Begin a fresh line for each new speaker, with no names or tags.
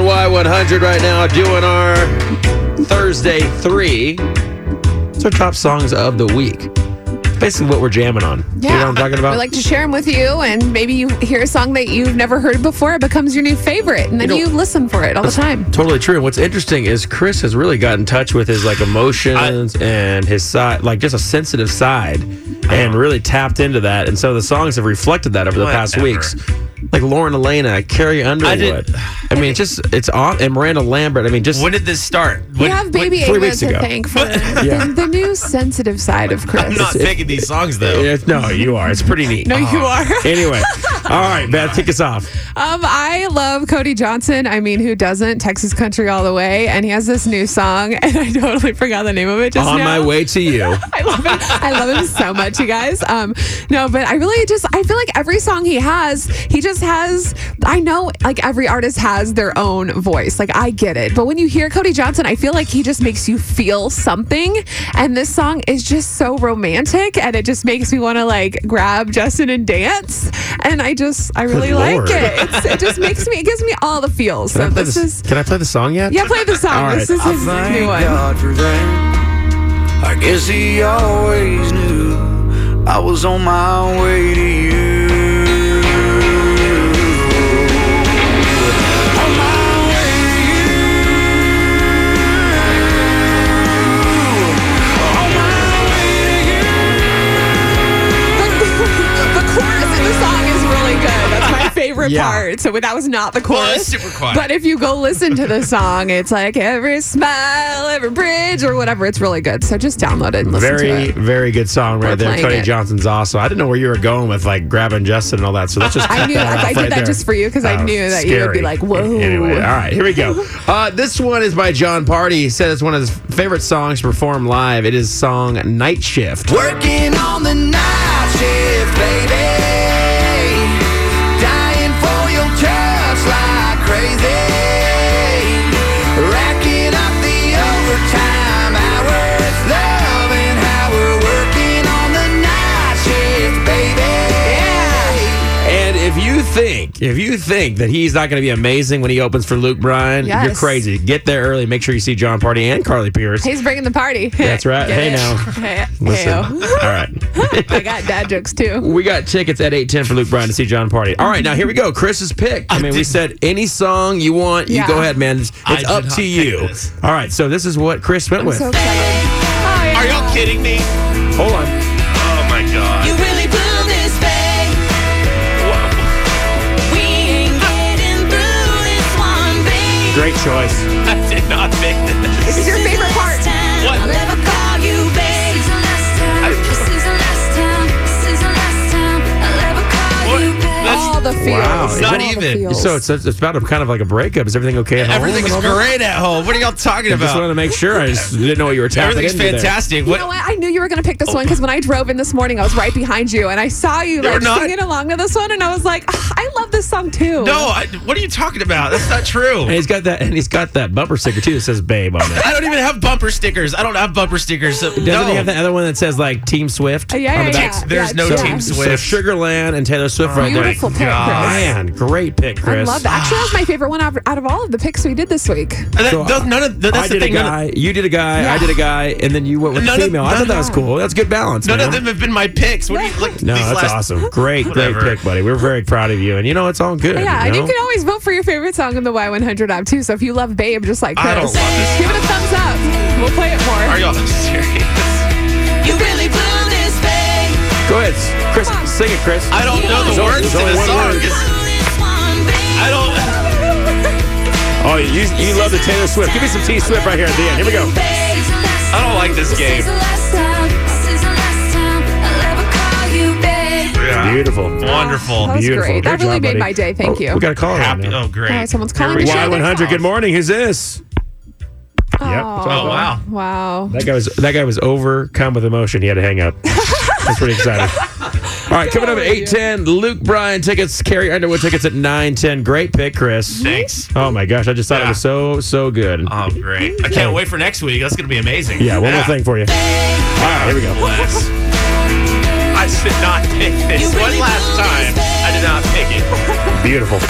KY100 right now doing our Thursday three. It's our top songs of the week. Basically, what we're jamming on. You know what I'm talking about?
We like to share them with you, and maybe you hear a song that you've never heard before. It becomes your new favorite, and then
You
you,
know-
listen for it all the time.
Totally true. And what's interesting is Chris has really got in touch with his like emotions and his side, like just a sensitive side, and really tapped into that. And so the songs have reflected that over the past
Whatever.
weeks, like Lauren Elena, Carrie Underwood.
did-
I, mean, it's just it's on and Miranda Lambert. I mean, just
When did this start?
We
When-
have
when-
Baby
three
Ava
weeks
to
ago.
thank for
Yeah.
the, the new sensitive side of Chris.
I'm not picking these songs though.
Yeah, no, you are. It's pretty neat.
no, you are.
Anyway, all right, Beth, kick us off.
Um, I love Cody Johnson. I mean, who doesn't? Texas country all the way, and he has this new song, and I totally forgot the name of it. Just
On
now.
my way to you.
I love him. I love him so much, you guys. Um, no, but I really just I feel like every song he has, he just has. I know like every artist has their own voice. Like I get it, but when you hear Cody Johnson, I feel like he just makes you feel something. And this song is just so romantic, and it just makes me want to like grab Justin and dance. And I just I really
Lord.
like it. It's, it just makes me. It gives me all the feels. So
Can I play
this
the-
is
Can I play the song yet?
yeah. Play the song.
All right.
This is his
Oh
new one.
God for that. I guess he always knew I was on my way to you. On my way to you. On my way to you.
The, the chorus in the song is really good. That's my favorite
Yeah.
part. So that was not the chorus.
Well, it's super quiet.
But if you go listen to the song, it's like every smile, every bridge, or whatever. It's really good. So just download it and listen
Very,
to it.
very good song right
We're
there.
playing
Cody
it.
Johnson's awesome. I didn't know where you were going with like grabbing Justin and all that. So let's just.
I
cut
knew
that
I,
off
I
right
did that
there.
just for you because I
Oh,
knew that you would be
scary.
like, whoa.
Anyway, all right, here we go. Uh, this one is by John Party. He said it's one of his favorite songs to perform live. It is song Night Shift.
Working on the night shift, baby. Dying for your touch like crazy. Racking up the overtime hours. Loving how we're working on the night shift, baby.
And if you think, if you think that he's not going to be amazing when he opens for Luke Bryan, you're
Yes.
crazy. Get there early. Make sure you see John Party and Carly Pierce.
He's bringing the party.
That's right.
Get
Hey,
it?
now.
Hey,
Listen. All
hey-o.
right.
I got dad jokes too.
We got tickets at 810 for Luke Bryan to see John Party. All right, now here we go. Chris's pick. I mean, we said any song you want,
Yeah.
you go ahead, man. It's,
I
it's
did
up
not
to
pick
you.
this.
All right, so this is what Chris went with.
So excited. Hi.
Are y'all kidding me?
Hold on.
Oh my god.
You really blew this thing. We ain't getting through this one, babe.
Great choice.
I did not pick
This is
this.
your
This is
favorite
the
part.
last time
What?
I'll ever call you, babe. This is the last time. This is the last time. This is the last time I'll ever call
What?
you, babe.
That's-
All the feels.
Wow. It's
not
All the
even.
feels.
So it's, it's about a, kind of like a breakup. Is everything okay at home?
Everything is
and all that?
great at home. What are y'all talking
I just wanted to
about?
make sure. I just didn't know what you were tapping
Everything's
into there.
fantastic.
You know what? I knew you were going to pick this one because when I drove in this morning, I was right behind you and I saw you
You were
like
not-
singing along to this one, and I was like, "Ah, I love this song too.
No, I, what are you talking about? That's not true.
And he's got that, and he's got that bumper sticker too that says "Babe" on it.
I don't even have bumper stickers. I don't have bumper stickers. So,
Doesn't
no.
he have that other one that says like Team Swift?
Uh, yeah,
on
yeah,
the back?
yeah.
There's
yeah,
no
yeah.
So,
Team Oh
so
Swift.
Sugarland and Taylor Swift right there.
Beautiful pick, Chris.
Man, great pick, Chris.
I love that. Actually, that was my favorite one out out of all of the picks we did this week.
That-
So,
that- none of, that's
I
the
did
thing.
a
none of-
guy, you did a guy, I
Yeah.
did a guy, and then you went with
None of-
female. I thought
none
that was
of-
cool. That's good balance.
None
man.
of them have been my picks. What do you like?
No,
these
that's
last-
awesome. Great, great
Whatever.
pick, buddy. We're very proud of you, and you know it's all good.
yeah, and
know?
you can always vote for your favorite song in the Y100 app too. So if you love Babe, just like Chris,
I don't love this
give it a thumbs up. We'll play it more.
Are y'all serious?
You really blew this thing.
go ahead, Chris.
Come on.
Sing it, Chris.
I don't know
There's
the
only-
words to
there's only
the
one
song.
word.
It's-
Blew this one, babe.
I don't.
Oh, you you love the Taylor Swift. Give me some T Swift right here at the end. Here we go.
Babe, this is the last
I don't like this
time. This
game.
is the last time. This is the last time I'll ever call you, babe.
Beautiful.
Wonderful.
That was
Beautiful.
great.
Good
That really
job,
made
buddy.
my day. Thank
Oh,
you.
We got a call.
Happy.
Right now.
Oh, great.
All right, someone's
Here
calling
we
to
go.
share their
Y100. Good
calls.
morning. Who's this?
Oh,
Yep.
Oh, wow.
wow.
That guy was that guy was overcome with emotion. He had to hang up. That's pretty exciting. All right, coming up at
on you.
eight ten, Luke Bryan tickets, Carrie Underwood tickets at nine ten. Great pick, Chris.
Thanks.
Oh my gosh, I just thought it
Yeah.
was so so good.
Oh, great. I can't wait for next week. That's going to be amazing.
yeah, one more thing for you. All right, here we go.
Bless. I should not pick this. One last time, I did not pick it.
Beautiful.